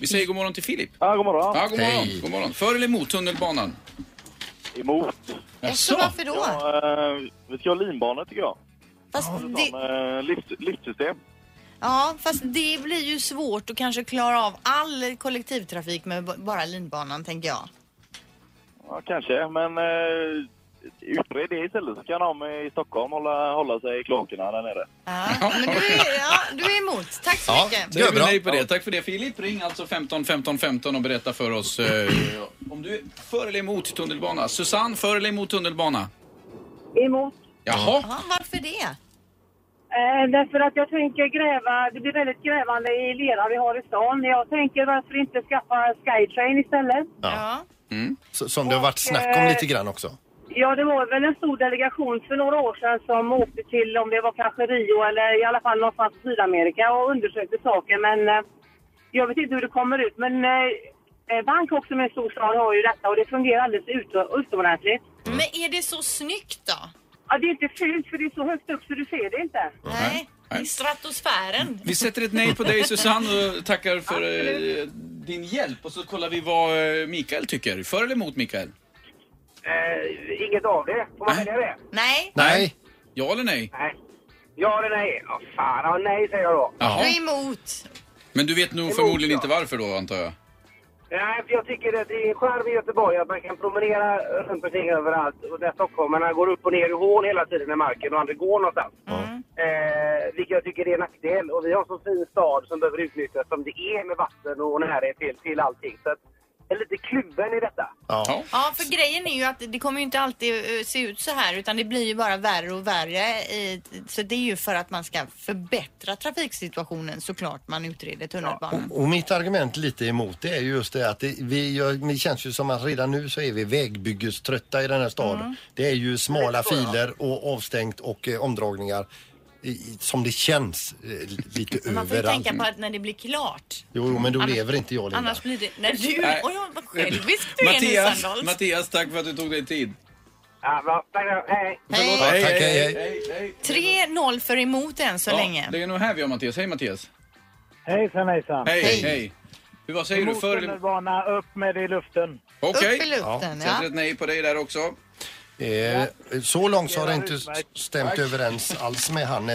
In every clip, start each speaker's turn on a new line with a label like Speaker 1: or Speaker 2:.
Speaker 1: Vi säger god morgon till Filip.
Speaker 2: Ja, god morgon.
Speaker 1: Ja, god morgon.
Speaker 3: Hej.
Speaker 1: God morgon. För eller emot tunnelbanan?
Speaker 2: Emot.
Speaker 4: Jaså,
Speaker 1: Jaså?
Speaker 4: varför då?
Speaker 2: Ja, eh, vi ska ha linbana tycker jag.
Speaker 4: Fast det,
Speaker 2: Som eh, lift, liftsystem.
Speaker 4: ja, fast det blir ju svårt att kanske klara av all kollektivtrafik med b- bara linbanan, tänker jag.
Speaker 2: Ja, kanske. Men eh, utred det istället så kan de i Stockholm hålla, hålla sig i kloakerna där nere.
Speaker 4: Ja, men du är, ja, du är emot. Tack så
Speaker 3: Ja,
Speaker 4: mycket.
Speaker 3: det är
Speaker 1: Säger vi
Speaker 3: bra.
Speaker 1: nej på det. Tack för det Filip. Ring alltså 15 15 15 och berätta för oss eh, om du är för eller emot tunnelbana. Susanne, för eller emot tunnelbana?
Speaker 5: Emot.
Speaker 1: Jaha.
Speaker 4: Ja, varför det?
Speaker 5: Eh, därför att jag tänker gräva, det blir väldigt grävande i lera vi har i stan. Jag tänker varför inte skaffa Skytrain istället?
Speaker 4: Ja.
Speaker 3: S- Som det har varit snack om lite grann också.
Speaker 5: Ja, det var väl en stor delegation för några år sedan som åkte till, om det var kanske Rio eller i alla fall någonstans i Sydamerika och undersökte saken. Men eh, jag vet inte hur det kommer ut. Men eh, Bangkok som är en stor stad har ju detta och det fungerar alldeles ut- utomordentligt.
Speaker 4: Men är det så snyggt då?
Speaker 5: Ja, det är inte fult för det är så högt upp så du ser det inte.
Speaker 4: Nej,
Speaker 1: Nej.
Speaker 4: i stratosfären.
Speaker 1: Vi sätter ett nej på dig Susanne och tackar för eh, din hjälp. Och så kollar vi vad eh, Mikael tycker. För eller emot Mikael?
Speaker 6: Eh, inget av det. Får man
Speaker 1: Nej.
Speaker 6: välja det?
Speaker 4: Nej,
Speaker 3: Nej.
Speaker 1: Ja eller nej?
Speaker 6: Nej. Ja eller nej? Ja, fan, ja, nej säger jag då.
Speaker 4: du
Speaker 1: Jaha.
Speaker 4: är emot.
Speaker 1: Men du vet nog
Speaker 6: Emot,
Speaker 1: förmodligen
Speaker 6: ja.
Speaker 1: inte varför då antar jag?
Speaker 6: Nej, för jag tycker att det är en charm i Göteborg att man kan promenera runt omkring överallt och där stockholmarna går upp och ner i hål hela tiden i marken och aldrig går någonstans.
Speaker 4: Mm.
Speaker 6: Eh, vilket jag tycker är en nackdel och vi har en så fin stad som behöver utnyttjas som det är med vatten och närhet till, till allting. Så att, jag är lite kluven i detta.
Speaker 3: Ja.
Speaker 4: Ja, för grejen är ju att det kommer ju inte alltid eh, se ut så här utan det blir ju bara värre och värre. eh, Så det är ju för att man ska förbättra trafiksituationen såklart man utreder tunnelbanan.
Speaker 3: Och mitt argument lite emot det är ju just det att det, vi, gör- det känns ju som att redan nu så är vi vägbyggeströtta i den här staden.
Speaker 4: Mm.
Speaker 3: Det är ju smala filer och avstängt och eh, omdragningar i- i, som det känns eh, lite
Speaker 4: Men man får ju
Speaker 3: överallt.
Speaker 4: tänka på att när det blir klart.
Speaker 3: Jo, jo, men då
Speaker 4: Annars-
Speaker 3: lever inte jag Linda.
Speaker 4: Annars blir det... När du...
Speaker 1: Nej.
Speaker 4: Oj, vad självisk du är nu,
Speaker 1: Mattias,
Speaker 4: Sandholt.
Speaker 1: Mattias, tack för att du tog dig tid.
Speaker 6: Ja, bra. Tack, tack. Hej.
Speaker 4: Hej.
Speaker 3: Ja, tack, hej, hej.
Speaker 4: 3-0 för emot än så
Speaker 1: Ja,
Speaker 4: länge.
Speaker 1: Det är nog här vi har Mattias. Hej Mattias.
Speaker 2: Hejsan, hejsan.
Speaker 1: Hej, hej.
Speaker 4: Hej.
Speaker 1: Hur, vad säger du för eller
Speaker 2: tunnelbana, upp med det i luften.
Speaker 1: Okej.
Speaker 4: Upp i luften, ja.
Speaker 1: Sätter ett nej på dig där också.
Speaker 3: Eh, så långt så har det inte
Speaker 2: Utmärkt.
Speaker 3: stämt överens alls med han eh,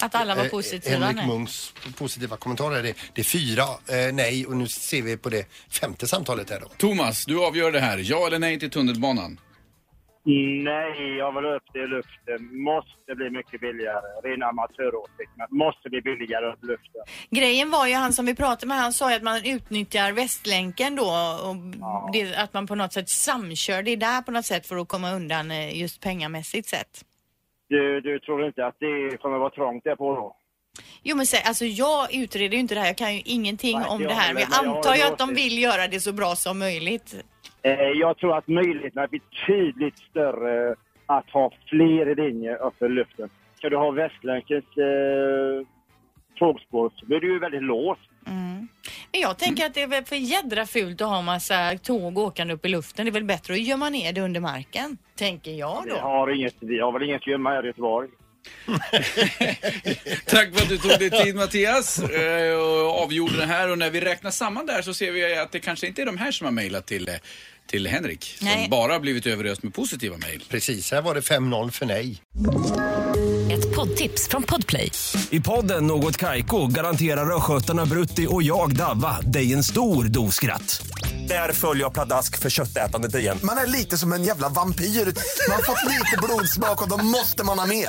Speaker 4: Att alla var
Speaker 3: eh,
Speaker 4: positiva
Speaker 3: Henrik
Speaker 4: nu.
Speaker 3: Munks positiva kommentarer. Det, det är fyra eh, nej och nu ser vi på det femte samtalet här då.
Speaker 1: Thomas, du avgör det här. Ja eller nej till tunnelbanan?
Speaker 2: Nej, jag vill upp det i luften. Måste bli mycket billigare. Ren amatöråsikt, men måste bli billigare upp i luften.
Speaker 4: Grejen var ju han som vi pratade med, han sa ju att man utnyttjar Västlänken då och det, att man på något sätt samkör det där på något sätt för att komma undan eh, just pengamässigt sett.
Speaker 2: Du, du tror inte att det kommer vara trångt där på då?
Speaker 4: Jo men sä- alltså jag utreder ju inte det här, jag kan ju ingenting
Speaker 2: Nej,
Speaker 4: om
Speaker 2: jag
Speaker 4: det här men
Speaker 2: heller,
Speaker 4: jag
Speaker 2: men jag
Speaker 4: antar
Speaker 2: har
Speaker 4: ju
Speaker 2: ju
Speaker 4: att de
Speaker 2: åsikt.
Speaker 4: vill göra det så bra som möjligt.
Speaker 2: Eh, jag tror att möjligheterna är betydligt större att ha fler linjer uppe i luften. Ska du ha Västlänkens eh, tågspår så blir du ju väldigt låst.
Speaker 4: Mm. Men jag tänker att det är väl för jädra fult att ha massa tåg åkande upp i luften, det är väl bättre att gömma ner det under marken, tänker jag
Speaker 2: Vi
Speaker 4: då.
Speaker 2: har, inget, vi har väl inget gömma här i Göteborg.
Speaker 1: Tack för att du tog dig tid Mattias eh, och avgjorde det här. Och när vi räknar samman där så ser vi att det kanske inte är de här som har mejlat till, eh, till Henrik. Som
Speaker 4: Nej.
Speaker 1: bara har blivit överöst med positiva mejl.
Speaker 3: Precis, här var det 5-0 för nej.
Speaker 7: Ett poddtips från Podplay.
Speaker 8: I podden Något Kaiko garanterar östgötarna Brutti och jag, Davva, dig en stor dos skratt. Där följer jag pladask för köttätandet igen.
Speaker 9: Man är lite som en jävla vampyr. Man har fått lite blodsmak och då måste man ha mer.